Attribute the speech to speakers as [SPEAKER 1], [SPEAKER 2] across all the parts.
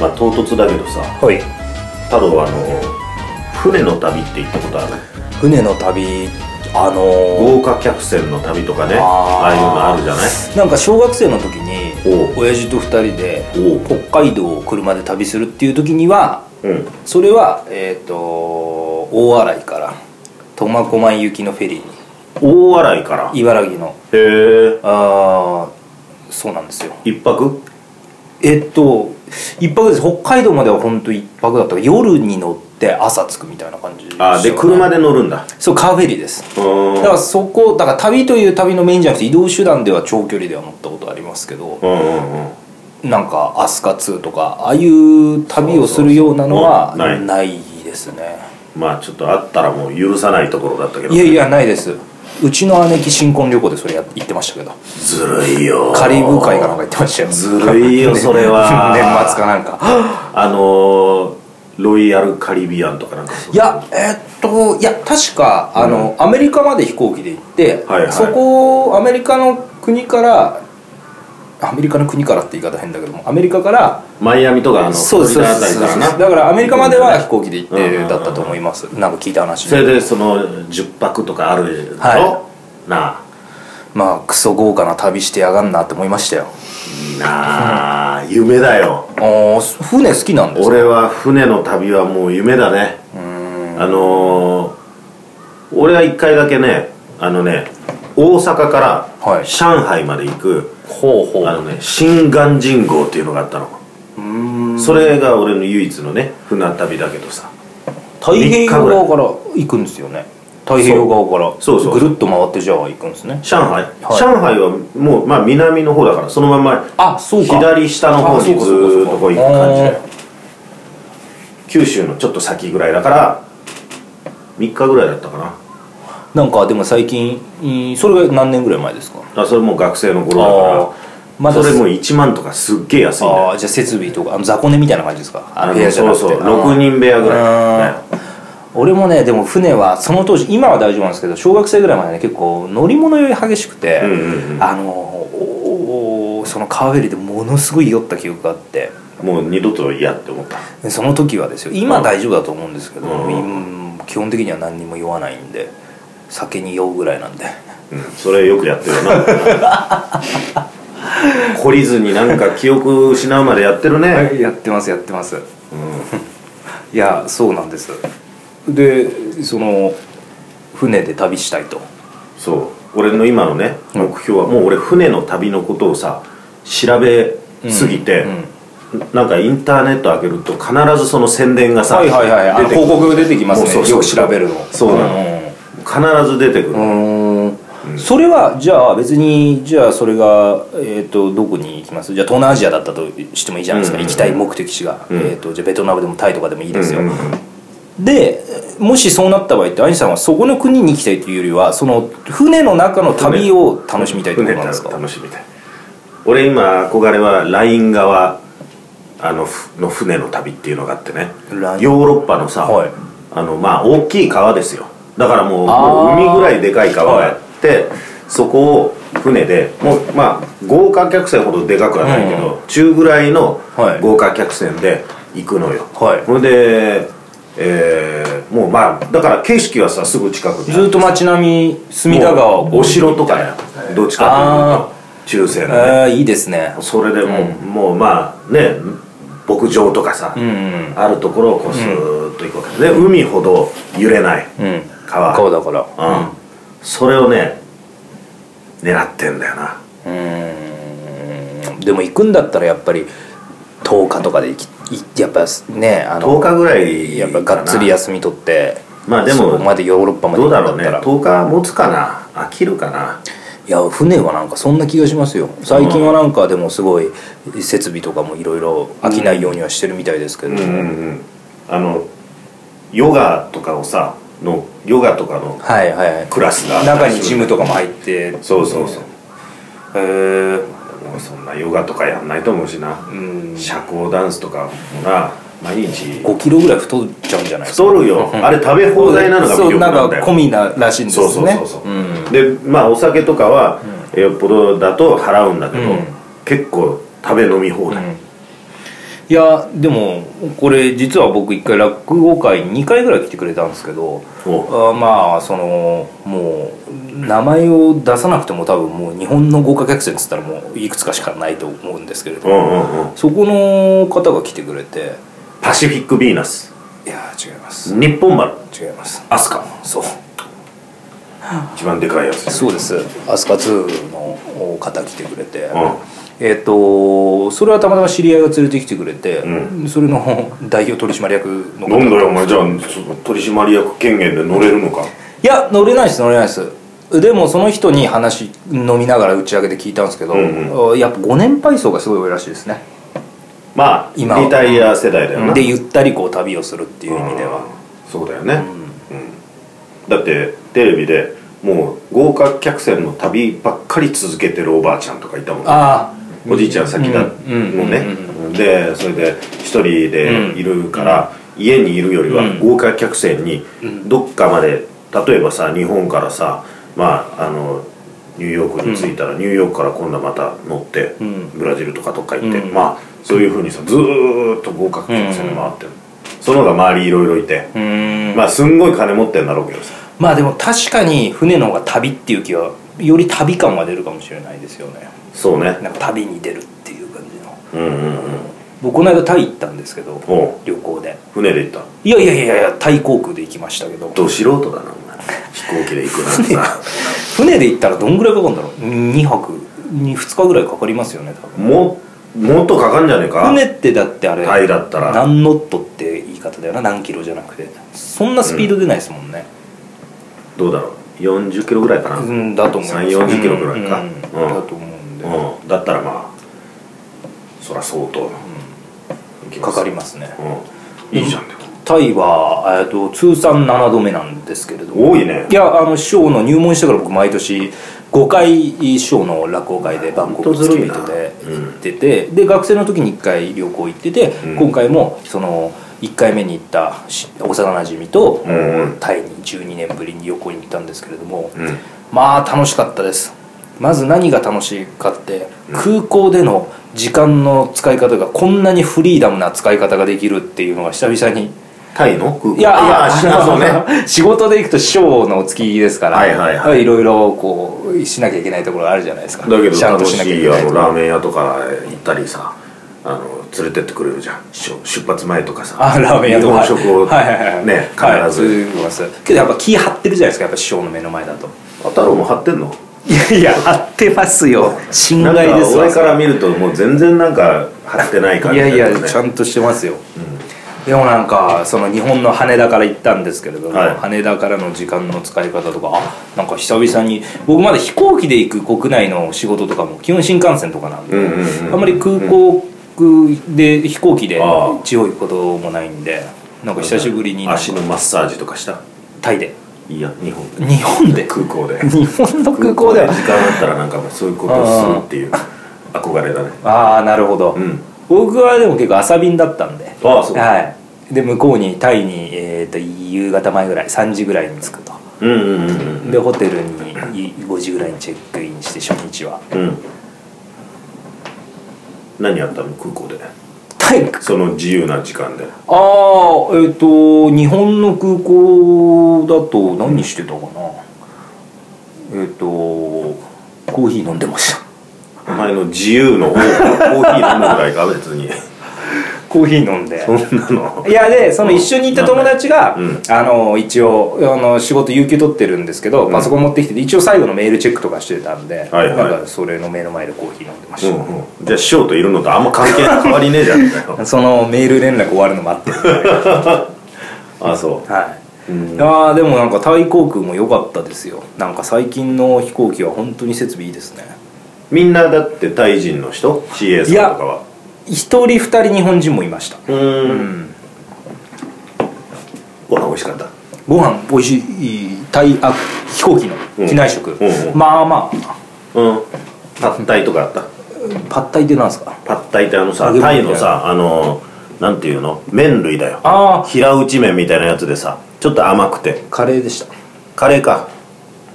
[SPEAKER 1] まあ唐突だけどさ
[SPEAKER 2] はい
[SPEAKER 1] 太郎はあの船の旅って行ったことある
[SPEAKER 2] 船の旅あのー、
[SPEAKER 1] 豪華客船の旅とかね
[SPEAKER 2] あー
[SPEAKER 1] ああいうのあるじゃない
[SPEAKER 2] なんか小学生の時に
[SPEAKER 1] おう
[SPEAKER 2] 親父と2人で
[SPEAKER 1] おう
[SPEAKER 2] 北海道を車で旅するっていう時には
[SPEAKER 1] うん
[SPEAKER 2] それはえっ、と大洗から苫小牧行きのフェリー
[SPEAKER 1] 大洗から
[SPEAKER 2] に茨城の
[SPEAKER 1] へえ
[SPEAKER 2] あーそうなんですよ
[SPEAKER 1] 一泊
[SPEAKER 2] えっと一泊です北海道までは本当一泊だったから夜に乗って朝着くみたいな感じでした
[SPEAKER 1] あーで車
[SPEAKER 2] で
[SPEAKER 1] で乗るんだ
[SPEAKER 2] そうカーフェリーです
[SPEAKER 1] う
[SPEAKER 2] だ
[SPEAKER 1] ーん
[SPEAKER 2] からそこだから旅という旅のメインじゃなくて移動手段では長距離では乗ったことありますけど
[SPEAKER 1] うんうんうん
[SPEAKER 2] なんか「アスカ2」とかああいう旅をするようなのは
[SPEAKER 1] そうそうそうない
[SPEAKER 2] ないですね
[SPEAKER 1] まあちょっとあったらもう許さないところだったけど
[SPEAKER 2] いやいやないですうちの姉貴新婚旅行でそれや行ってましたけど
[SPEAKER 1] ずるいよ
[SPEAKER 2] カリブ海かなんか行ってましたよ
[SPEAKER 1] ずる いよそれは
[SPEAKER 2] 年末かなんか
[SPEAKER 1] あのーロイヤルカリビアンとかなんかそう
[SPEAKER 2] いやえーっといや確かあの、アメリカまで飛行機で行って、
[SPEAKER 1] はいはい
[SPEAKER 2] そこをアメリカの国からアメリカの国からって言い方変だけどもアメリカから
[SPEAKER 1] マイアミとかあの
[SPEAKER 2] そうです
[SPEAKER 1] フ
[SPEAKER 2] そう
[SPEAKER 1] ロ
[SPEAKER 2] で
[SPEAKER 1] リダあたり
[SPEAKER 2] す
[SPEAKER 1] から
[SPEAKER 2] だ
[SPEAKER 1] な
[SPEAKER 2] からアメリカまでは飛行機で行っ
[SPEAKER 1] うんうんう
[SPEAKER 2] て
[SPEAKER 1] ん
[SPEAKER 2] だったと思いますなんか聞いた話
[SPEAKER 1] それでその10泊とかあるでしょ、
[SPEAKER 2] は
[SPEAKER 1] なあ
[SPEAKER 2] まあクソ豪華な旅してやがんなって思いましたよ
[SPEAKER 1] いいなあ夢だよ
[SPEAKER 2] ああ船好きなんですか
[SPEAKER 1] 俺は船の旅はもう夢だねあのー俺は1回だけねあのね大阪か
[SPEAKER 2] は
[SPEAKER 1] ら
[SPEAKER 2] い
[SPEAKER 1] 上海まで行く、
[SPEAKER 2] ほうほ
[SPEAKER 1] あのね新岩人号っていうのがあったのそれが俺の唯一のね船旅だけどさ
[SPEAKER 2] 太平洋側から行くんですよね太平洋側から
[SPEAKER 1] そうそうそう
[SPEAKER 2] ぐるっと回ってじゃあ行くんですね
[SPEAKER 1] 上海、
[SPEAKER 2] はい
[SPEAKER 1] 上海はもう、まあ、南の方だからそのまんま
[SPEAKER 2] あそうか
[SPEAKER 1] 左下の方
[SPEAKER 2] あそう
[SPEAKER 1] に
[SPEAKER 2] か
[SPEAKER 1] ず
[SPEAKER 2] そうか
[SPEAKER 1] ー
[SPEAKER 2] そう
[SPEAKER 1] っ
[SPEAKER 2] か
[SPEAKER 1] とこう行く感じだよ九州のちょっと先ぐらいだから3日ぐらいだったかな
[SPEAKER 2] なんかでも最近うんそれが何年ぐらい前ですか
[SPEAKER 1] あそれもう学生の頃だ
[SPEAKER 2] あ
[SPEAKER 1] か
[SPEAKER 2] ま
[SPEAKER 1] ら
[SPEAKER 2] だ
[SPEAKER 1] それもう1万とかすっげえ安いんだよ
[SPEAKER 2] あーじゃあ設備とかあの雑魚寝みたいな感じですかあの部屋じゃなくて
[SPEAKER 1] そうそう
[SPEAKER 2] あー
[SPEAKER 1] 6人部屋ぐらい
[SPEAKER 2] あ俺もねでも船はその当時今は大丈夫なんですけど小学生ぐらいまでね結構乗り物酔い激しくて、
[SPEAKER 1] うんうんうん
[SPEAKER 2] あのおおその川べりでものすごい酔った記憶があって
[SPEAKER 1] もう二度と嫌って思った
[SPEAKER 2] でその時はですよ今大丈夫だと思うんですけど、
[SPEAKER 1] うん
[SPEAKER 2] うん基本的には何にも酔わないんで酒に酔うぐらいなんで
[SPEAKER 1] うんそれよくやってるな懲りずになんか記憶失うまでやってるね、
[SPEAKER 2] やってますやってます
[SPEAKER 1] うん
[SPEAKER 2] いやそうなんですでその船で旅したいと
[SPEAKER 1] そう俺の今のね
[SPEAKER 2] うん
[SPEAKER 1] 目標はもう俺船の旅のことをさ調べすぎて、
[SPEAKER 2] うん
[SPEAKER 1] なんかインターネット開けると必ずその宣伝がさ、
[SPEAKER 2] はいはいはいあの
[SPEAKER 1] 出てく
[SPEAKER 2] 広告が出てきますね
[SPEAKER 1] そうそうそう
[SPEAKER 2] よく調べるの
[SPEAKER 1] そうなのる必ず出てくる、
[SPEAKER 2] うんうーんそれはじゃあ別にじゃあそれが、えー、とどこに行きますじゃあ東南アジアだったとしてもいいじゃないですか、
[SPEAKER 1] うんうんうん
[SPEAKER 2] 行きたい目的地が、
[SPEAKER 1] うん
[SPEAKER 2] えー、とじゃあベトナムでもタイとかでもいいですよ、
[SPEAKER 1] うんうん
[SPEAKER 2] でもしそうなった場合ってアインさんはそこの国に行きたいというよりはその船の中の旅を楽しみたいってこと
[SPEAKER 1] 船
[SPEAKER 2] なんですか
[SPEAKER 1] 楽しみたい俺今憧れはライン側あのふの船の旅っていうのがあってね
[SPEAKER 2] ライン
[SPEAKER 1] ヨーロッパのさ、
[SPEAKER 2] はい
[SPEAKER 1] あのまあ大きい川ですよだからもう
[SPEAKER 2] あ
[SPEAKER 1] も
[SPEAKER 2] ー
[SPEAKER 1] う海ぐらいでかい川があって、そこを船でもうまあ豪華客船ほどでかくはないけど、中ぐらいの
[SPEAKER 2] はい
[SPEAKER 1] 豪華客船で行くのよ、
[SPEAKER 2] はい
[SPEAKER 1] ほんで、えーもうまあだから景色はさすぐ近くにある
[SPEAKER 2] ずっと街並み隅田川
[SPEAKER 1] もうお城とかだよどっちかというと中世のね、
[SPEAKER 2] えー、いいですね
[SPEAKER 1] それでもう,、もうまあね牧場とかさ、
[SPEAKER 2] うん
[SPEAKER 1] あるところをこうスーッと行くわけで,、海ほど揺れない、
[SPEAKER 2] うんうん
[SPEAKER 1] 川
[SPEAKER 2] 川だから
[SPEAKER 1] うんそれをね狙ってんだよな
[SPEAKER 2] うーんでも行くんだったらやっぱり10日とかで行きいやっぱねあ
[SPEAKER 1] 10
[SPEAKER 2] の
[SPEAKER 1] 日ぐらい
[SPEAKER 2] やっぱがっつり
[SPEAKER 1] や
[SPEAKER 2] 休み取って
[SPEAKER 1] まあでも
[SPEAKER 2] そこまでヨーロッパまで
[SPEAKER 1] ど
[SPEAKER 2] 行
[SPEAKER 1] う
[SPEAKER 2] く
[SPEAKER 1] だ
[SPEAKER 2] んだ
[SPEAKER 1] ろう
[SPEAKER 2] っ
[SPEAKER 1] ね
[SPEAKER 2] たら、
[SPEAKER 1] 10日持つかな飽きるかない
[SPEAKER 2] や船はなんかそんな気がしますよ最近はなんかでもすごい設備とかもいろいろ飽きないようにはしてるみたいですけど、
[SPEAKER 1] うんうんうんあのヨガとかをさのヨガとかの
[SPEAKER 2] はいはいはい
[SPEAKER 1] クラスが
[SPEAKER 2] 中にジムとかも入って
[SPEAKER 1] そうそうそう
[SPEAKER 2] へえ
[SPEAKER 1] もうそんなヨガとかやんないと思うしな、
[SPEAKER 2] ん
[SPEAKER 1] 社交ダンスとかもな毎日
[SPEAKER 2] 5キロぐらい太っちゃうんじゃないですか
[SPEAKER 1] 太るよあれ食べ放題なのが魅
[SPEAKER 2] そう
[SPEAKER 1] 力
[SPEAKER 2] な
[SPEAKER 1] なん
[SPEAKER 2] ん
[SPEAKER 1] だ
[SPEAKER 2] か
[SPEAKER 1] よ
[SPEAKER 2] 込みならしいんです
[SPEAKER 1] そ
[SPEAKER 2] ね
[SPEAKER 1] うそうそうそう、
[SPEAKER 2] ん
[SPEAKER 1] でまあお酒とかはよっぽどだと払うんだけど、
[SPEAKER 2] うん
[SPEAKER 1] 結構食べ飲み放題、
[SPEAKER 2] うんいやでもこれ実は僕一回落語会2回ぐらい来てくれたんですけど
[SPEAKER 1] お
[SPEAKER 2] あまあそのもう名前を出さなくても多分もう日本の豪華客船っつったらもういくつかしかないと思うんですけれど
[SPEAKER 1] うんうんうん
[SPEAKER 2] そこの方が来てくれて
[SPEAKER 1] パシフィック・ヴィーナス
[SPEAKER 2] いやー違います
[SPEAKER 1] 日本丸
[SPEAKER 2] 違います
[SPEAKER 1] アスカ
[SPEAKER 2] そう
[SPEAKER 1] 一番でかいやつです
[SPEAKER 2] そうです飛鳥2の方来てくれて、
[SPEAKER 1] ん
[SPEAKER 2] えっ、とそれはたまたま知り合いが連れてきてくれて、
[SPEAKER 1] う
[SPEAKER 2] それの代表取締役の方
[SPEAKER 1] なんだよお前じゃあその取締役権限で乗れるのか
[SPEAKER 2] いや乗れないです乗れないですでもその人に話飲みながら打ち上げで聞いたんですけど、
[SPEAKER 1] うん
[SPEAKER 2] やっぱご年配層がすごい多いらしいですね、
[SPEAKER 1] まあリ
[SPEAKER 2] 今は
[SPEAKER 1] タイア世代だよな
[SPEAKER 2] でゆったりこう旅をするっていう意味では、
[SPEAKER 1] そうだよね、うんだってテレビでもう豪華客船の旅ばっかり続けてるおばあちゃんとかいたもんね
[SPEAKER 2] あ
[SPEAKER 1] おじいちゃん先だも
[SPEAKER 2] うんうん
[SPEAKER 1] んねでそれで一人でいるから、家にいるよりは
[SPEAKER 2] うん
[SPEAKER 1] 豪華客船にどっかまで例えばさ日本からさまああのニューヨークに着いたら、ニューヨークから今度また乗って、
[SPEAKER 2] ん
[SPEAKER 1] ブラジルとかどっか行って、
[SPEAKER 2] うん
[SPEAKER 1] まあそういうふうにさずーっと豪華客船で回ってる、その方が周りいろいろいて、
[SPEAKER 2] あうーんま
[SPEAKER 1] まあすんごい金持ってんだろうけどさ
[SPEAKER 2] あでも確かに船の方が旅っていう気はより旅感は出るかもしれないですよね
[SPEAKER 1] そうね
[SPEAKER 2] なんか旅に出るっていう感じの
[SPEAKER 1] うんうんうん
[SPEAKER 2] 僕この間タイ行ったんですけど
[SPEAKER 1] おう
[SPEAKER 2] 旅行で
[SPEAKER 1] 船で行った
[SPEAKER 2] いやいやいやいやタイ航空で行きましたけど
[SPEAKER 1] ど素人だなお前飛行機で行くなんてさ
[SPEAKER 2] 船で行ったらどんぐらいかかるんだろう2泊 2, 日ぐらいかかりますよね多分
[SPEAKER 1] ももっとかかんじゃねえか
[SPEAKER 2] 船ってだってあれ
[SPEAKER 1] タイだったら
[SPEAKER 2] 何ノットって言い方だよな何キロじゃなくてそんなスピード出ないですもんね、
[SPEAKER 1] どうだろう40キロぐらいかな、
[SPEAKER 2] う
[SPEAKER 1] うんん
[SPEAKER 2] だと思います
[SPEAKER 1] 3 40キロぐらいか
[SPEAKER 2] うんうん
[SPEAKER 1] うん
[SPEAKER 2] だと思うんで、
[SPEAKER 1] だったらまあそりゃ相当、
[SPEAKER 2] かかり
[SPEAKER 1] ま
[SPEAKER 2] ますね
[SPEAKER 1] うん、いいじゃん、
[SPEAKER 2] タイは、えー、と通算7度目なんですけれども
[SPEAKER 1] 多いね
[SPEAKER 2] いやあの師匠の入門してから僕毎年5回師匠の落語会でバンコク付き人で行ってて、で学生の時に1回旅行行ってて、
[SPEAKER 1] うん
[SPEAKER 2] 今回もその1回目に行ったし幼なじみと、
[SPEAKER 1] うんうん
[SPEAKER 2] タイに12年ぶりに旅行に行ったんですけれども、
[SPEAKER 1] うん
[SPEAKER 2] まあ楽しかったですまず何が楽しいかって空港での時間の使い方がこんなにフリーダムな使い方ができるっていうのは久々に
[SPEAKER 1] タイの空港
[SPEAKER 2] いやい
[SPEAKER 1] ああ
[SPEAKER 2] やあの
[SPEAKER 1] そうね
[SPEAKER 2] 仕事で行くと師匠のお月ですから、、
[SPEAKER 1] はいはいはい
[SPEAKER 2] ろいろこうしなきゃいけないところがあるじゃないですか
[SPEAKER 1] だけど
[SPEAKER 2] ちゃん
[SPEAKER 1] 楽
[SPEAKER 2] としなきゃ
[SPEAKER 1] し
[SPEAKER 2] い
[SPEAKER 1] い
[SPEAKER 2] け
[SPEAKER 1] あ
[SPEAKER 2] ない
[SPEAKER 1] の
[SPEAKER 2] ところ
[SPEAKER 1] ラーメン屋とか行ったりさあの連れてってくれるじゃんしょ出発前とかさ
[SPEAKER 2] あラーメン屋
[SPEAKER 1] 日
[SPEAKER 2] とか
[SPEAKER 1] 本食をね、
[SPEAKER 2] はいはいはいはい
[SPEAKER 1] 必ず、
[SPEAKER 2] そうですけどやっぱ気張ってるじゃないですかやっぱ師匠の目の前だと
[SPEAKER 1] あ太郎も張ってんの
[SPEAKER 2] いやいや張ってますよ 心
[SPEAKER 1] なん
[SPEAKER 2] 外
[SPEAKER 1] か
[SPEAKER 2] ですわ
[SPEAKER 1] 俺から見るともう全然なんか張ってない感
[SPEAKER 2] い
[SPEAKER 1] じ
[SPEAKER 2] や
[SPEAKER 1] だよ
[SPEAKER 2] い
[SPEAKER 1] ね
[SPEAKER 2] やちゃんとしてますよ、でもなんかその日本の羽田から行ったんですけれども、
[SPEAKER 1] はい
[SPEAKER 2] 羽田からの時間の使い方とかあなんか久々に僕まだ飛行機で行く国内の仕事とかも基本新幹線とかなんで、
[SPEAKER 1] うんうんうん
[SPEAKER 2] あんまり空港で飛行機で
[SPEAKER 1] ああ
[SPEAKER 2] 地方行くこともないんでなんか久しぶりになんか
[SPEAKER 1] 足のマッサージとかした
[SPEAKER 2] タイで
[SPEAKER 1] いや日本
[SPEAKER 2] 日本で
[SPEAKER 1] 空港で
[SPEAKER 2] 日本の空港で
[SPEAKER 1] 時間あったらなんかもうそういうことをするっていう憧れだね
[SPEAKER 2] ああなるほど、
[SPEAKER 1] うん
[SPEAKER 2] 僕はでも結構朝便だったんで
[SPEAKER 1] ああそう
[SPEAKER 2] はい、で向こうにタイに、えー、と夕方前ぐらい3時ぐらいに着くと
[SPEAKER 1] うんうんうん
[SPEAKER 2] でホテルにい5時ぐらいにチェックインして初日は
[SPEAKER 1] うんうん何やったの空港で
[SPEAKER 2] タイか
[SPEAKER 1] その自由な時間で
[SPEAKER 2] ああえっ、と日本の空港だと何してたかなえっ、とコーヒー飲んでました
[SPEAKER 1] お前の自由の方がコーヒー飲むぐらいか別に
[SPEAKER 2] コーヒー飲んで
[SPEAKER 1] そんなの
[SPEAKER 2] いやでその一緒に行った友達が、
[SPEAKER 1] うん
[SPEAKER 2] あの一応あの仕事有給取ってるんですけど、
[SPEAKER 1] ん
[SPEAKER 2] パソコン持ってきてて一応最後のメールチェックとかしてたんで、
[SPEAKER 1] はいはい
[SPEAKER 2] なんかそれの目の前でコーヒー飲んでま
[SPEAKER 1] う
[SPEAKER 2] し
[SPEAKER 1] んうんじゃあ師匠といるのとあんま関係変わりねえじゃんかよ
[SPEAKER 2] た、そのメール連絡終わるの待ってるんで
[SPEAKER 1] あそ
[SPEAKER 2] はい、
[SPEAKER 1] うん
[SPEAKER 2] いやーでもなんかタイ航空も良かったですよなんか最近の飛行機は本当に設備いいですね
[SPEAKER 1] うみんなだってタイ人の人 CA さんとかは
[SPEAKER 2] 一人二人日本人もいました
[SPEAKER 1] うーんご飯美味しかった
[SPEAKER 2] ご飯美味しいタイあ飛行機の
[SPEAKER 1] うん
[SPEAKER 2] 機内食、
[SPEAKER 1] うんうん
[SPEAKER 2] まあまあ
[SPEAKER 1] うんパッタイとかあった
[SPEAKER 2] パッタイってなんですか
[SPEAKER 1] パッタイってあのさ
[SPEAKER 2] 揚げ物
[SPEAKER 1] タ
[SPEAKER 2] みた
[SPEAKER 1] イ
[SPEAKER 2] いな
[SPEAKER 1] のさあのなんていうの麺類だよ
[SPEAKER 2] ああ
[SPEAKER 1] 平打ち麺みたいなやつでさちょっと甘くて
[SPEAKER 2] カレーでした
[SPEAKER 1] カレーか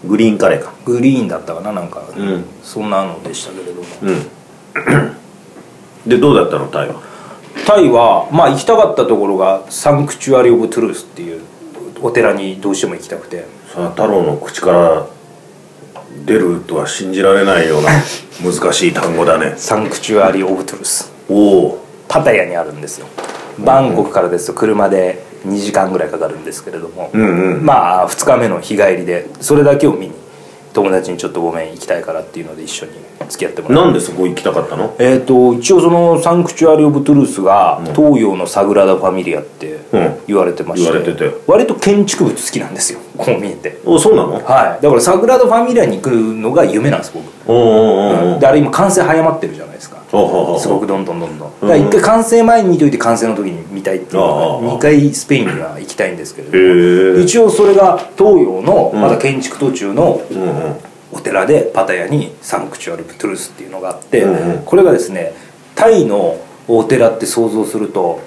[SPEAKER 1] グリーンカレーか
[SPEAKER 2] グリーンだったかななんか、
[SPEAKER 1] うん
[SPEAKER 2] そんなのでしたけれど
[SPEAKER 1] う
[SPEAKER 2] も
[SPEAKER 1] んでどうだったのタイは
[SPEAKER 2] タイは、まあ、行きたかったところがサンクチュアリ・オブ・トゥルースっていうお寺にどうしても行きたくて
[SPEAKER 1] さあ太郎の口から出るとは信じられないよう な難しい単語だね
[SPEAKER 2] サンクチュアリ・オブ・トゥルース
[SPEAKER 1] おお
[SPEAKER 2] パタヤにあるんですよバンコクからですと車で2時間ぐらいかかるんですけれども、
[SPEAKER 1] うんうん
[SPEAKER 2] まあ2日目の日帰りでそれだけを見に友達にちょっとごめん行きたいからっていうので一緒に付き合ってもらう
[SPEAKER 1] なんでそこ行きたかったの
[SPEAKER 2] えー、と一応そのサンクチュアリ・オブ・トゥルースが東洋のサグラダ・ファミリアって
[SPEAKER 1] うん
[SPEAKER 2] 言われてまして,、
[SPEAKER 1] 言われてて
[SPEAKER 2] 割と建築物好きなんですよ こう見えて
[SPEAKER 1] おそうなの
[SPEAKER 2] はいだからサグラダ・ファミリアに行くのが夢なんです僕
[SPEAKER 1] おおおお
[SPEAKER 2] であれ今完成早まってるじゃないですか
[SPEAKER 1] おお
[SPEAKER 2] すごくどんどんどんどん
[SPEAKER 1] う
[SPEAKER 2] だ
[SPEAKER 1] ん
[SPEAKER 2] から一回完成前に見といて完成の時に見たいっていう
[SPEAKER 1] あ
[SPEAKER 2] の
[SPEAKER 1] あ
[SPEAKER 2] が2回スペインには行きたいんですけれど
[SPEAKER 1] へえ
[SPEAKER 2] 一応それが東洋のまだ建築途中の
[SPEAKER 1] うんうん
[SPEAKER 2] お寺でパタヤにサンクチュアル・トゥルスっていうのがあって、
[SPEAKER 1] うんうん
[SPEAKER 2] これがですねタイのお寺って想像すると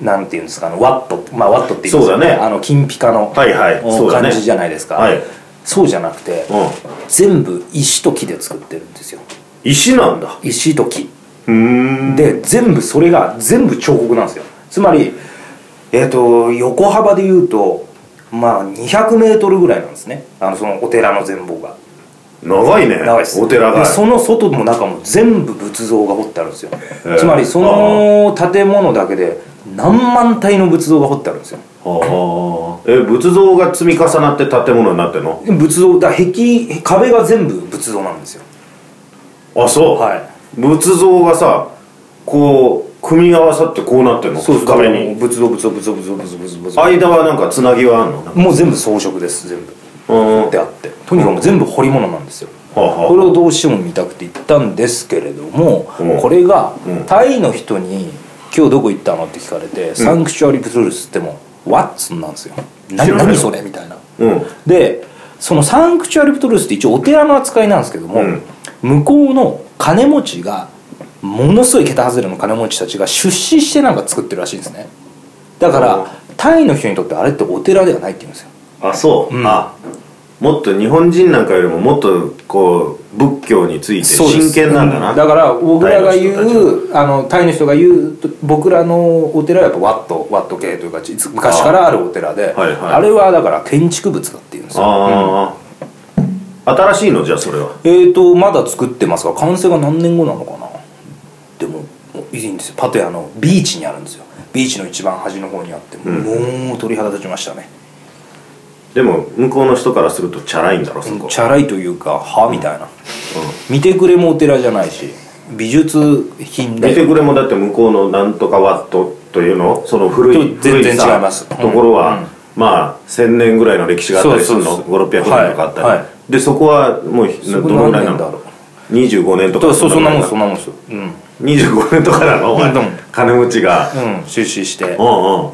[SPEAKER 2] なんていうんですかあのワットまあワットって言いますよ
[SPEAKER 1] そうだね
[SPEAKER 2] あの金ピカの、
[SPEAKER 1] はいはい
[SPEAKER 2] お
[SPEAKER 1] そうだね
[SPEAKER 2] 感じじゃないですか、
[SPEAKER 1] はい
[SPEAKER 2] そうじゃなくて、
[SPEAKER 1] うん
[SPEAKER 2] 全部石と木で作ってるんですよ
[SPEAKER 1] 石なんだ
[SPEAKER 2] 石と木
[SPEAKER 1] うーん
[SPEAKER 2] で全部それが全部彫刻なんですよつまりえっ、と横幅で言うとまあ200メートルぐらいなんですねあのそのお寺の全貌が
[SPEAKER 1] 長いね
[SPEAKER 2] 長いです
[SPEAKER 1] お寺が
[SPEAKER 2] でその外も中も全部仏像が彫ってあるんですよ、
[SPEAKER 1] ー
[SPEAKER 2] つまりその建物だけで何万体の仏像が彫ってあるんですよ
[SPEAKER 1] はあえ仏像が積み重なって建物になってんの
[SPEAKER 2] 仏像だ壁壁が全部仏像なんですよ
[SPEAKER 1] あそう
[SPEAKER 2] はい
[SPEAKER 1] 仏像がさこう組み合わさってこうなってんの壁に
[SPEAKER 2] 仏像仏像仏像仏像仏像仏像仏像
[SPEAKER 1] 間はなんかつなぎはあんの
[SPEAKER 2] もう全部装飾です全部
[SPEAKER 1] うん
[SPEAKER 2] であってとにかくもう全部彫り物なんですよ
[SPEAKER 1] はあはあ
[SPEAKER 2] これをどうしても見たくて行ったんですけれども、
[SPEAKER 1] うん
[SPEAKER 2] これが
[SPEAKER 1] うん
[SPEAKER 2] タイの人に「今日どこ行ったの?」って聞かれて「サンクチュアリ・プトゥルス」っても「ワッツン」なんですよ「な
[SPEAKER 1] 知らないよ
[SPEAKER 2] 何それ?」みたいな
[SPEAKER 1] うん
[SPEAKER 2] でそのサンクチュアリ・プトゥルスって一応お寺の扱いなんですけども、
[SPEAKER 1] うん
[SPEAKER 2] 向こうの金持ちがものすごい桁外れの金持ちたちが出資してなんか作ってるらしいんですねだか
[SPEAKER 1] うん
[SPEAKER 2] らタイの人にとってあれってお寺ではないって言うんですよ
[SPEAKER 1] あそう、
[SPEAKER 2] うん
[SPEAKER 1] あもっと日本人なんかよりももっとこう仏教について
[SPEAKER 2] そうです
[SPEAKER 1] 真剣なんだな
[SPEAKER 2] うだから僕らが言
[SPEAKER 1] タイの人
[SPEAKER 2] うあのタイの人が言うと僕らのお寺はやっぱワットワット系というか実昔からあるお寺であ,、
[SPEAKER 1] はいはい
[SPEAKER 2] れはだから建築物だっていうんですよ
[SPEAKER 1] ああ、新しいのじゃあそれは
[SPEAKER 2] えーとまだ作ってますが完成が何年後なのかなでももういいんですよパテヤのビーチにあるんですよビーチの一番端の方にあって、もう鳥肌立ちましたね
[SPEAKER 1] でも向こうの人からするとチャラいんだろそこ、
[SPEAKER 2] チャラいというかはみたいな、見てくれもお寺じゃないし美術品
[SPEAKER 1] 見
[SPEAKER 2] で
[SPEAKER 1] てくれもだって向こうのなんとかワットというのその古い
[SPEAKER 2] と全然
[SPEAKER 1] 古さ
[SPEAKER 2] 違います
[SPEAKER 1] ところは、
[SPEAKER 2] うんうん
[SPEAKER 1] まあ1000年ぐらいの歴史があったりする
[SPEAKER 2] そ
[SPEAKER 1] の
[SPEAKER 2] うそうそう
[SPEAKER 1] 5600年とかあったり、
[SPEAKER 2] はいは
[SPEAKER 1] でそこはもう
[SPEAKER 2] そ
[SPEAKER 1] ど
[SPEAKER 2] こ
[SPEAKER 1] のぐらいな
[SPEAKER 2] 何年だ
[SPEAKER 1] の
[SPEAKER 2] ろう
[SPEAKER 1] 25年とか
[SPEAKER 2] そうそんなもんですそ
[SPEAKER 1] の
[SPEAKER 2] んなもんですようん
[SPEAKER 1] 25年とかなのお前
[SPEAKER 2] うん
[SPEAKER 1] 金持ちが
[SPEAKER 2] うん、出資して
[SPEAKER 1] うんうん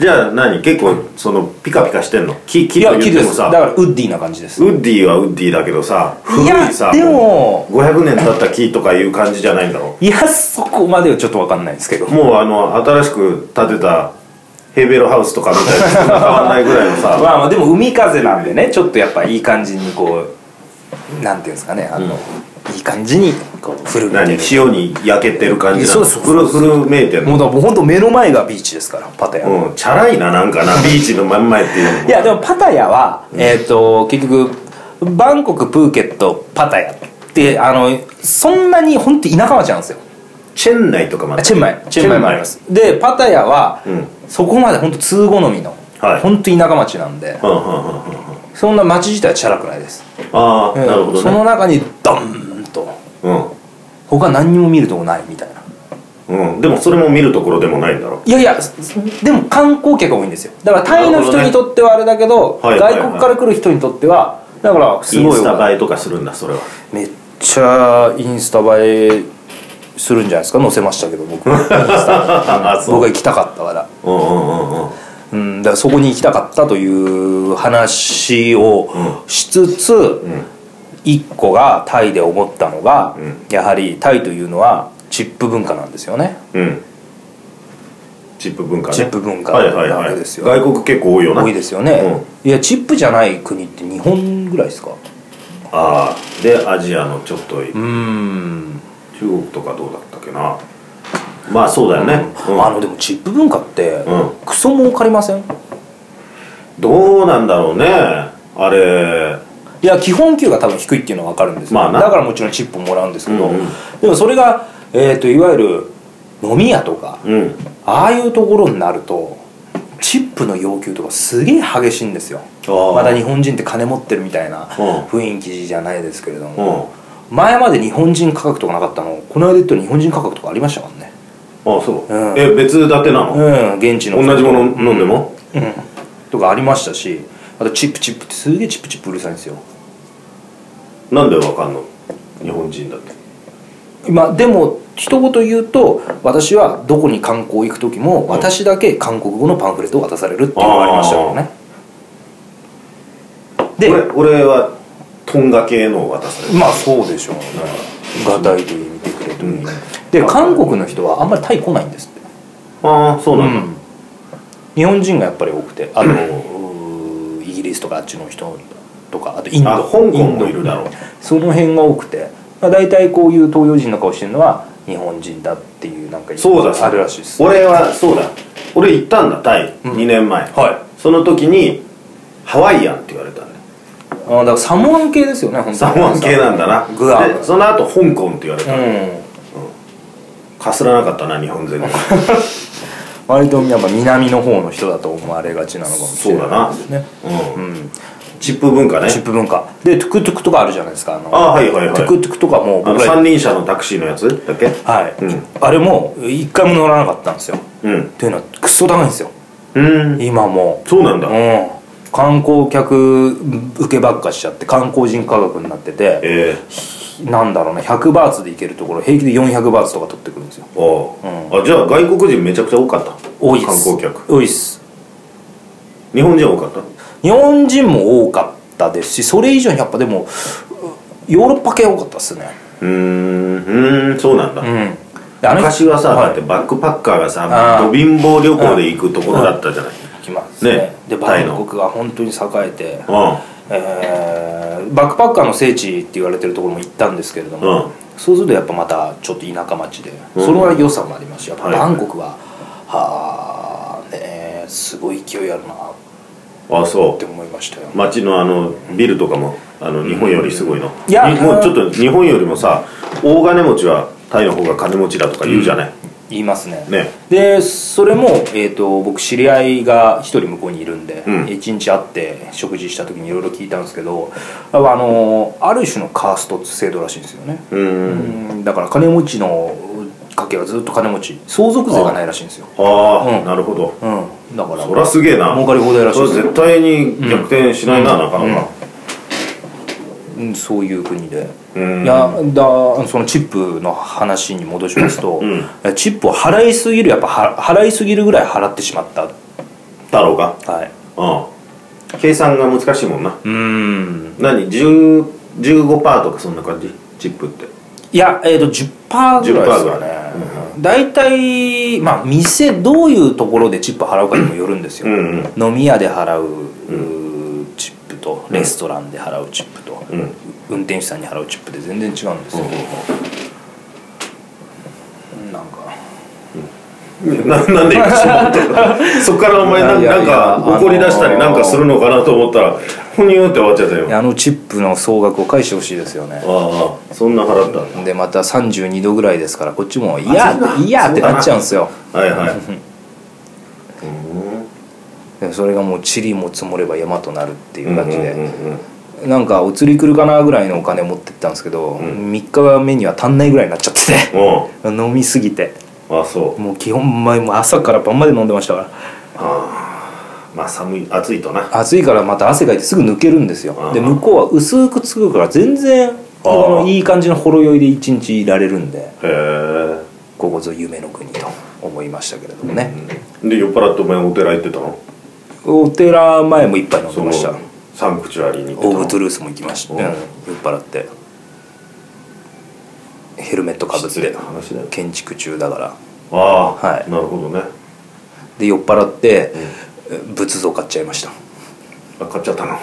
[SPEAKER 1] じゃあ何結構そのピカピカしてんの木木
[SPEAKER 2] い
[SPEAKER 1] と
[SPEAKER 2] や
[SPEAKER 1] 言っ
[SPEAKER 2] 木
[SPEAKER 1] て
[SPEAKER 2] で
[SPEAKER 1] も
[SPEAKER 2] すだ
[SPEAKER 1] さ
[SPEAKER 2] からウッディな感じです
[SPEAKER 1] ウッディはウッディだけどさ古
[SPEAKER 2] い
[SPEAKER 1] いさ
[SPEAKER 2] やでも
[SPEAKER 1] う500年経った木とかいう感じじゃないんだろ
[SPEAKER 2] いやそこまではちょっと分かんないですけど
[SPEAKER 1] もうあの新しく建てたヘーベルハウスとかみたいな変わんないぐらい の
[SPEAKER 2] まあ
[SPEAKER 1] さ
[SPEAKER 2] まあでも海風なんでねちょっとやっぱいい感じにこうなんていうんですかねあの、いい感じにこう古めて
[SPEAKER 1] 何
[SPEAKER 2] る
[SPEAKER 1] 塩に焼けてる感じな
[SPEAKER 2] そ
[SPEAKER 1] の
[SPEAKER 2] うそうそう
[SPEAKER 1] 古古めいてんの
[SPEAKER 2] もうだからもうほんと目の前がビーチですからパタヤ、
[SPEAKER 1] うんチャラいななんかなビーチの真ん前っていうのも
[SPEAKER 2] いやでもパタヤは、えっ、と結局バンコクプーケットパタヤってあのそんなに本当田舎町なんですよ
[SPEAKER 1] チェンナイとかもある
[SPEAKER 2] チェンマイチェンマイもありますでパタヤは、
[SPEAKER 1] うん
[SPEAKER 2] そこまで本当通好みの、
[SPEAKER 1] はい
[SPEAKER 2] 本当田舎町なんで
[SPEAKER 1] うんうんうんうん
[SPEAKER 2] そんな町自体はチャラくないです、
[SPEAKER 1] ああなるほど
[SPEAKER 2] そ
[SPEAKER 1] ね
[SPEAKER 2] の中にドーンと他何にも見るとこないみたいな
[SPEAKER 1] うんうんでもそれも見るところでもないんだろ
[SPEAKER 2] いやいやすでも観光客が多いんですよだからタイの人にとってはあれだけど
[SPEAKER 1] なるほどねはいはいはい
[SPEAKER 2] 外国から来る人にとってはだからす
[SPEAKER 1] イン
[SPEAKER 2] ごい
[SPEAKER 1] スタ映えとかするんだそれ は
[SPEAKER 2] めっちゃインスタ映えするんじゃないですか載せましたけど 僕インスタ
[SPEAKER 1] あ
[SPEAKER 2] に
[SPEAKER 1] そう
[SPEAKER 2] 僕が行きたかったから
[SPEAKER 1] うんうんうんうん
[SPEAKER 2] うん、だからそこに行きたかったという話をしつつ、一個がタイで思ったのが、
[SPEAKER 1] ん
[SPEAKER 2] やはりタイというのはチップ文化なんですよね
[SPEAKER 1] うんチップ文化ね
[SPEAKER 2] チップ文化
[SPEAKER 1] はいはい
[SPEAKER 2] な
[SPEAKER 1] は
[SPEAKER 2] わ
[SPEAKER 1] い
[SPEAKER 2] けですよ
[SPEAKER 1] 外国結構多いよな
[SPEAKER 2] 多いですよね、いやチップじゃない国って日本ぐらいですか
[SPEAKER 1] ああでアジアのちょっと中
[SPEAKER 2] うん
[SPEAKER 1] 国とかどうだったっけなまあそうだよね、うん
[SPEAKER 2] あのでもチップ文化って、
[SPEAKER 1] うん
[SPEAKER 2] クソ儲かりません
[SPEAKER 1] どうなんだろうねあれ
[SPEAKER 2] いや基本給が多分低いっていうのは分かるんですよ、
[SPEAKER 1] まあな
[SPEAKER 2] だからもちろんチップもらうんですけど、
[SPEAKER 1] うんうん
[SPEAKER 2] でもそれが、えー、といわゆる飲み屋とか、
[SPEAKER 1] うん
[SPEAKER 2] ああいうところになるとチップの要求とかすげえ激しいんですよ
[SPEAKER 1] あー
[SPEAKER 2] また日本人って金持ってるみたいな
[SPEAKER 1] うん
[SPEAKER 2] 雰囲気じゃないですけれど
[SPEAKER 1] う
[SPEAKER 2] も、
[SPEAKER 1] ん
[SPEAKER 2] 前まで日本人価格とかなかったのこの間言ったら日本人価格とかありましたもんね
[SPEAKER 1] あそう、
[SPEAKER 2] うん
[SPEAKER 1] え別立てなの、
[SPEAKER 2] うん現地の
[SPEAKER 1] 同じもの飲んでも、
[SPEAKER 2] うんとかありましたしあとチップチップってすげえチップチップうるさいんですよ
[SPEAKER 1] なんでわかんの日本人だって
[SPEAKER 2] まあでも一言言うと私はどこに観光行く時も私だけ韓国語のパンフレットを渡されるっていうのがありましたからねで
[SPEAKER 1] 俺俺はトンガ系のを渡される
[SPEAKER 2] まあそうでしょうねがたいという意味でくれという、で韓国の人はあんまりタイ来ないんですって
[SPEAKER 1] ああそうなんだ、
[SPEAKER 2] うん日本人がやっぱり多くてあとうーイギリスとかあっちの人とかあとインド
[SPEAKER 1] あ香港もいるだろう
[SPEAKER 2] インドその辺が多くて、まあ、大体こういう東洋人の顔してるのは日本人だっていうなんか
[SPEAKER 1] そうだ
[SPEAKER 2] あるらしいです
[SPEAKER 1] 俺はそうだ俺行ったんだタイ、2年前
[SPEAKER 2] は
[SPEAKER 1] その時にハワイアンって言われたんだよ
[SPEAKER 2] あだからサモアン系ですよね本当に
[SPEAKER 1] サモアン系なんだな
[SPEAKER 2] グアム
[SPEAKER 1] でその後香港って言われた、
[SPEAKER 2] うん
[SPEAKER 1] かすらなかったな日本 全国
[SPEAKER 2] 割とやっぱ南の方の人だと思われがちなのかもし
[SPEAKER 1] そ
[SPEAKER 2] れ
[SPEAKER 1] うだな
[SPEAKER 2] ないですね
[SPEAKER 1] うん、
[SPEAKER 2] うん
[SPEAKER 1] チップ文化ね
[SPEAKER 2] チップ文化でトゥクトゥクとかあるじゃないですかあの
[SPEAKER 1] あはいはいはい
[SPEAKER 2] トゥクトゥクとかも
[SPEAKER 1] あの
[SPEAKER 2] 僕ら
[SPEAKER 1] 三輪車のタクシーのやつだっけ
[SPEAKER 2] はい、
[SPEAKER 1] うん
[SPEAKER 2] あれも一回も乗らなかったんですよ
[SPEAKER 1] うん
[SPEAKER 2] というのはクソ高いんですよ
[SPEAKER 1] うん
[SPEAKER 2] 今も
[SPEAKER 1] そうなん
[SPEAKER 2] う
[SPEAKER 1] だ、
[SPEAKER 2] ん観光客受けばっかしちゃって観光人価格になってて
[SPEAKER 1] え
[SPEAKER 2] なんだろうな100バーツで行けるところ平気で400バーツとか取ってくるんですよ
[SPEAKER 1] えああ、あじゃあ外国人めちゃくちゃ多かった
[SPEAKER 2] 多いっす
[SPEAKER 1] 観光客
[SPEAKER 2] 多いっす
[SPEAKER 1] 日本人多かった
[SPEAKER 2] 日本人も多かったですしそれ以上にやっぱでもヨーロッパ系多かったっすね
[SPEAKER 1] うーんうーんそうなんだ、
[SPEAKER 2] うんであの人
[SPEAKER 1] 昔はさ、
[SPEAKER 2] はい
[SPEAKER 1] だってバックパッカーがさ
[SPEAKER 2] あー
[SPEAKER 1] ド貧乏旅行で行くところだったじゃない、
[SPEAKER 2] 行きますね
[SPEAKER 1] ね
[SPEAKER 2] で
[SPEAKER 1] タ
[SPEAKER 2] バ
[SPEAKER 1] イ
[SPEAKER 2] ン
[SPEAKER 1] の
[SPEAKER 2] コクが本当に栄えて
[SPEAKER 1] う
[SPEAKER 2] えーバックパッカーの聖地って言われてるところも行ったんですけれども、
[SPEAKER 1] うん
[SPEAKER 2] そうするとやっぱまたちょっと田舎町で、
[SPEAKER 1] うん
[SPEAKER 2] それは良さもありますしやっぱ
[SPEAKER 1] はい
[SPEAKER 2] バンコクは、はあねえすごい勢いあるなっ
[SPEAKER 1] んあそ
[SPEAKER 2] て
[SPEAKER 1] う
[SPEAKER 2] 思いましたよ
[SPEAKER 1] 街のあのビルとかもあの日本よりすごいの、
[SPEAKER 2] いや
[SPEAKER 1] にもうちょっと日本よりもさ大金持ちはタイの方が金持ちだとか言うじゃない、
[SPEAKER 2] 言いますね
[SPEAKER 1] ね
[SPEAKER 2] でそれも、えー、と僕知り合いが一人向こうにいるんで、
[SPEAKER 1] うん
[SPEAKER 2] 一日会って食事した時にいろいろ聞いたんですけどあのある種のカースト制度らしいんですよね、
[SPEAKER 1] うーん
[SPEAKER 2] うんだから金持ちの家系はずっと金持ち相続税がないらしいんですよ
[SPEAKER 1] ああ、
[SPEAKER 2] うん
[SPEAKER 1] なるほど
[SPEAKER 2] うんだから
[SPEAKER 1] そりゃすげえな
[SPEAKER 2] 儲かり放題らしい
[SPEAKER 1] それ
[SPEAKER 2] ですよ
[SPEAKER 1] 絶対に逆転しないな、なかなか、
[SPEAKER 2] うんそういう国で
[SPEAKER 1] うん
[SPEAKER 2] いやだそのチップの話に戻しますと、
[SPEAKER 1] ん
[SPEAKER 2] チップを払いすぎるやっぱは払いすぎるぐらい払ってしまった
[SPEAKER 1] だろうが
[SPEAKER 2] はい
[SPEAKER 1] うん計算が難しいもんな
[SPEAKER 2] うん
[SPEAKER 1] 何10 15%とかそんな感じチップって
[SPEAKER 2] いや、えー、と10%ぐらいです
[SPEAKER 1] 10%
[SPEAKER 2] か
[SPEAKER 1] ぐ
[SPEAKER 2] ね
[SPEAKER 1] らい
[SPEAKER 2] 大体、まあ、店どういうところでチップ払うかにもよるんですよ、
[SPEAKER 1] うん
[SPEAKER 2] 飲み屋で払う、うーチップとレストランで払うチップと、
[SPEAKER 1] うん
[SPEAKER 2] 運転手さんに払うチップで全然違うんですよ、なんか
[SPEAKER 1] ななんで今しまった そっからお前なん
[SPEAKER 2] いやいや
[SPEAKER 1] なんか怒り出したりなんかするのかなと思ったらふにゅーって終わっちゃったよ
[SPEAKER 2] いやあのチップの総額を返してほしいですよね
[SPEAKER 1] ああそんな払ったん
[SPEAKER 2] でまた32度ぐらいですからこっちも「いや」って「いや」ってなっちゃうんですよ
[SPEAKER 1] だはいはい
[SPEAKER 2] でそれがもう塵も積もれば山となるっていう
[SPEAKER 1] うんうん
[SPEAKER 2] 感じで、
[SPEAKER 1] うんうん
[SPEAKER 2] なんかお釣り来るかなぐらいのお金持ってったんですけど、3日目には足んないぐらいになっちゃってて
[SPEAKER 1] う
[SPEAKER 2] 飲みすぎて
[SPEAKER 1] んあそう
[SPEAKER 2] もう基本前もう朝から晩まで飲んでましたから
[SPEAKER 1] まあ寒い暑いとな
[SPEAKER 2] 暑いからまた汗かいてすぐ抜けるんですよ
[SPEAKER 1] あ
[SPEAKER 2] で向こうは薄くつくから全然このいい感じのほろ酔いで一日いられるんで
[SPEAKER 1] へえ
[SPEAKER 2] ここぞ夢の国と思いましたけれどもね、
[SPEAKER 1] で酔っ払ってお前お寺行ってたの
[SPEAKER 2] お寺前も一杯飲んでました
[SPEAKER 1] サンクチュアリに行
[SPEAKER 2] オー
[SPEAKER 1] っ
[SPEAKER 2] ブ
[SPEAKER 1] てた
[SPEAKER 2] ト
[SPEAKER 1] の
[SPEAKER 2] ゥルースも行きました、
[SPEAKER 1] お
[SPEAKER 2] うん酔っ払ってヘルメットかぶっ
[SPEAKER 1] 失礼
[SPEAKER 2] て
[SPEAKER 1] な話だよ
[SPEAKER 2] 建築中だから
[SPEAKER 1] ああ、
[SPEAKER 2] はい
[SPEAKER 1] なるほどね
[SPEAKER 2] で酔っ払って、え仏像買っちゃいました
[SPEAKER 1] あ買っちゃったの
[SPEAKER 2] はい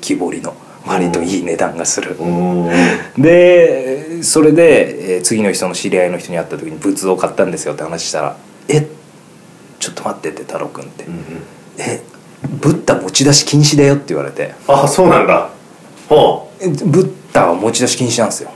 [SPEAKER 2] 木彫りの割といい値段がする
[SPEAKER 1] う、ん
[SPEAKER 2] でそれで、えー次の日その知り合いの人に会った時に仏像を買ったんですよって話したら「えちょっと待って」って太郎君って「えブッダ持ち出し禁止だよ」って言われて
[SPEAKER 1] あそうなんだほ
[SPEAKER 2] えブッダは持ち出し禁止なんですよ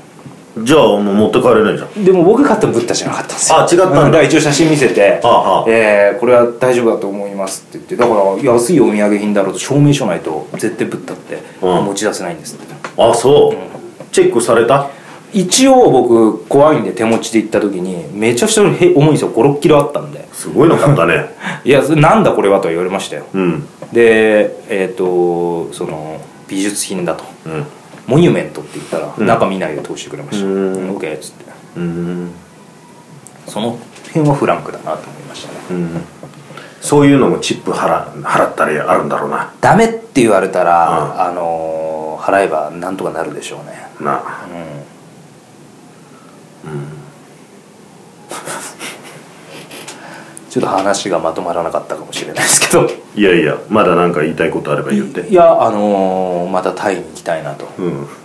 [SPEAKER 1] うじゃあもう持って帰れないじゃん
[SPEAKER 2] でも僕買ったブッダじゃなかったんですよ
[SPEAKER 1] あ違ったんだ
[SPEAKER 2] だから一応写真見せて
[SPEAKER 1] ああああ
[SPEAKER 2] えーこれは大丈夫だと思います」って言ってだから安いお土産品だろうと証明書ないと絶対ブッダって
[SPEAKER 1] うん
[SPEAKER 2] 持ち出せないんですって、
[SPEAKER 1] あそう、チェックされた
[SPEAKER 2] 一応僕怖いんで手持ちで行った時にめちゃくちゃへ重いんですよ5 6キロあったんです
[SPEAKER 1] ごいの買ったね
[SPEAKER 2] 「いやそれなんだこれは」とは言われましたよ
[SPEAKER 1] うん
[SPEAKER 2] でえっ、とその美術品だと
[SPEAKER 1] うん
[SPEAKER 2] モニュメントって言ったら中見ないで通してくれました「
[SPEAKER 1] う
[SPEAKER 2] うんん OK」っつって
[SPEAKER 1] うん
[SPEAKER 2] その辺はフランクだなと思いましたね
[SPEAKER 1] うんそういうのもチップ払払ったりあるんだろうな
[SPEAKER 2] ダメって言われたら、
[SPEAKER 1] うん
[SPEAKER 2] あのー払えばなんとかなるでしょうね
[SPEAKER 1] な
[SPEAKER 2] ちょっと話がまとまらなかったかもしれないですけど
[SPEAKER 1] いやいやまだ何か言いたいことあれば言って
[SPEAKER 2] いやあのーまたタイに行きたいなと、
[SPEAKER 1] うん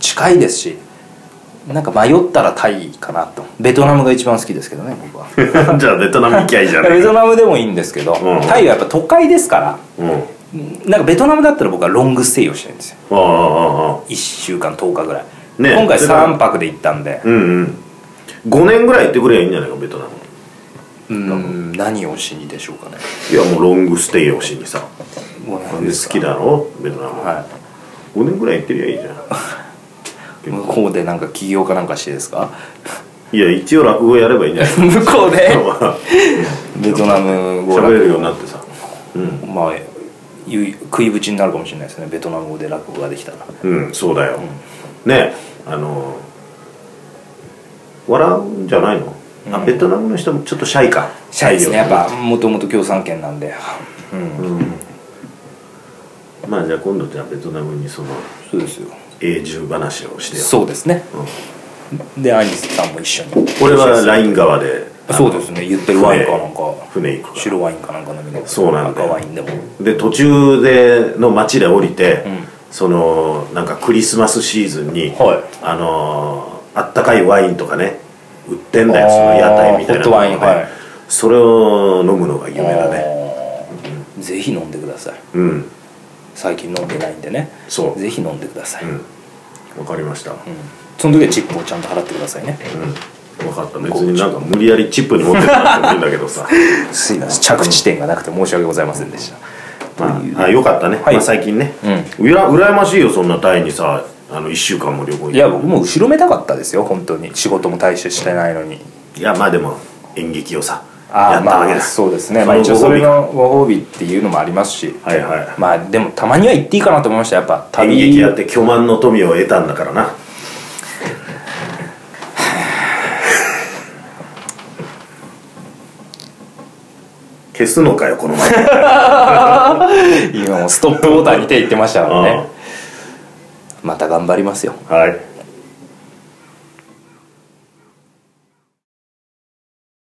[SPEAKER 2] 近いですしなんか迷ったらタイかなとベトナムが一番好きですけどね僕は
[SPEAKER 1] じゃあベトナム行きゃいいじゃない
[SPEAKER 2] ベトナムでもいいんですけど、
[SPEAKER 1] ん
[SPEAKER 2] タイはやっぱ都会ですから
[SPEAKER 1] うんあ
[SPEAKER 2] なんかベトナムだったら僕はロングステイをしたいんですよ
[SPEAKER 1] あああああ
[SPEAKER 2] 1週間10日ぐらい、
[SPEAKER 1] ね
[SPEAKER 2] 今回
[SPEAKER 1] ベトナム
[SPEAKER 2] 3泊で行ったんで
[SPEAKER 1] うんうん5年ぐらい行ってくればいいんじゃないかベトナム
[SPEAKER 2] うん何をしにでしょうかね
[SPEAKER 1] いやもうロングステイをしにさ
[SPEAKER 2] ごめんなさ
[SPEAKER 1] で
[SPEAKER 2] い
[SPEAKER 1] 好きだろベトナム、
[SPEAKER 2] は
[SPEAKER 1] 五5年ぐらい行ってりゃいいじゃん
[SPEAKER 2] い向こうでなんか起業かなんかしてですか
[SPEAKER 1] いや一応落語やればいいんじゃない
[SPEAKER 2] 向こう で
[SPEAKER 1] か
[SPEAKER 2] ベトナム語
[SPEAKER 1] 喋れるように
[SPEAKER 2] な
[SPEAKER 1] なってさうん
[SPEAKER 2] まあゆい食いぶちになるかもしれないですねベトナム語で落語ができたら
[SPEAKER 1] うんそうだよ、ねあの笑うんじゃないの、あベトナムの人もちょっとシャイか
[SPEAKER 2] シャイですね
[SPEAKER 1] シャ
[SPEAKER 2] や
[SPEAKER 1] よ
[SPEAKER 2] っぱもともと共産圏なんで
[SPEAKER 1] まあじゃあ今度じゃあベトナムにその
[SPEAKER 2] そうですよ
[SPEAKER 1] 永住話をしてよ
[SPEAKER 2] そうですね、でアニスさんも一緒に
[SPEAKER 1] 俺はライン川で
[SPEAKER 2] そうですね言ってるワインかなんか
[SPEAKER 1] 船行くから
[SPEAKER 2] 白ワインかなんか飲みながら
[SPEAKER 1] そうなんだ
[SPEAKER 2] 赤
[SPEAKER 1] よ
[SPEAKER 2] ワインでも
[SPEAKER 1] で途中での町で降りて、
[SPEAKER 2] ん
[SPEAKER 1] そのなんかクリスマスシーズンに、
[SPEAKER 2] はい
[SPEAKER 1] あのーあったかいワインとかね売ってんだよその屋台みたいな
[SPEAKER 2] ホットワイン
[SPEAKER 1] ところで
[SPEAKER 2] はい
[SPEAKER 1] それを飲むのが夢だね
[SPEAKER 2] ねぜひ飲んでください
[SPEAKER 1] うん
[SPEAKER 2] 最近飲んでないんでね
[SPEAKER 1] そう
[SPEAKER 2] ぜひ飲んでください、
[SPEAKER 1] うんわかりましたうん
[SPEAKER 2] その時はチップをちゃんと払ってくださいね、
[SPEAKER 1] 分かった別になんか無理やりチップに持ってってもらってもいいんだけ どさ
[SPEAKER 2] すいません着地点がなくて申し訳ございませんでした、
[SPEAKER 1] まああよかったね、
[SPEAKER 2] はい
[SPEAKER 1] まあ、最近ね、うら羨ましいよそんなタイにさあの1週間も旅行行
[SPEAKER 2] いや僕もう後ろめたかったですよ本当に仕事も大してしてないのに
[SPEAKER 1] いやまあでも演劇をさ
[SPEAKER 2] あ
[SPEAKER 1] や
[SPEAKER 2] あ
[SPEAKER 1] ったわけ
[SPEAKER 2] ま
[SPEAKER 1] だ
[SPEAKER 2] あそうですね
[SPEAKER 1] そ
[SPEAKER 2] まあ
[SPEAKER 1] の
[SPEAKER 2] 一応
[SPEAKER 1] ご
[SPEAKER 2] そ
[SPEAKER 1] 褒
[SPEAKER 2] れ
[SPEAKER 1] 美か
[SPEAKER 2] のご褒美っていうのもありますし
[SPEAKER 1] はいは
[SPEAKER 2] まあでもたまには行っていいかなと思いましたやっぱ
[SPEAKER 1] い演劇
[SPEAKER 2] 旅
[SPEAKER 1] やって巨万の富を得たんだからな 消すのかよこ の前
[SPEAKER 2] 今もうストップボタンに手行ってましたからねまた頑張りますよ
[SPEAKER 1] はい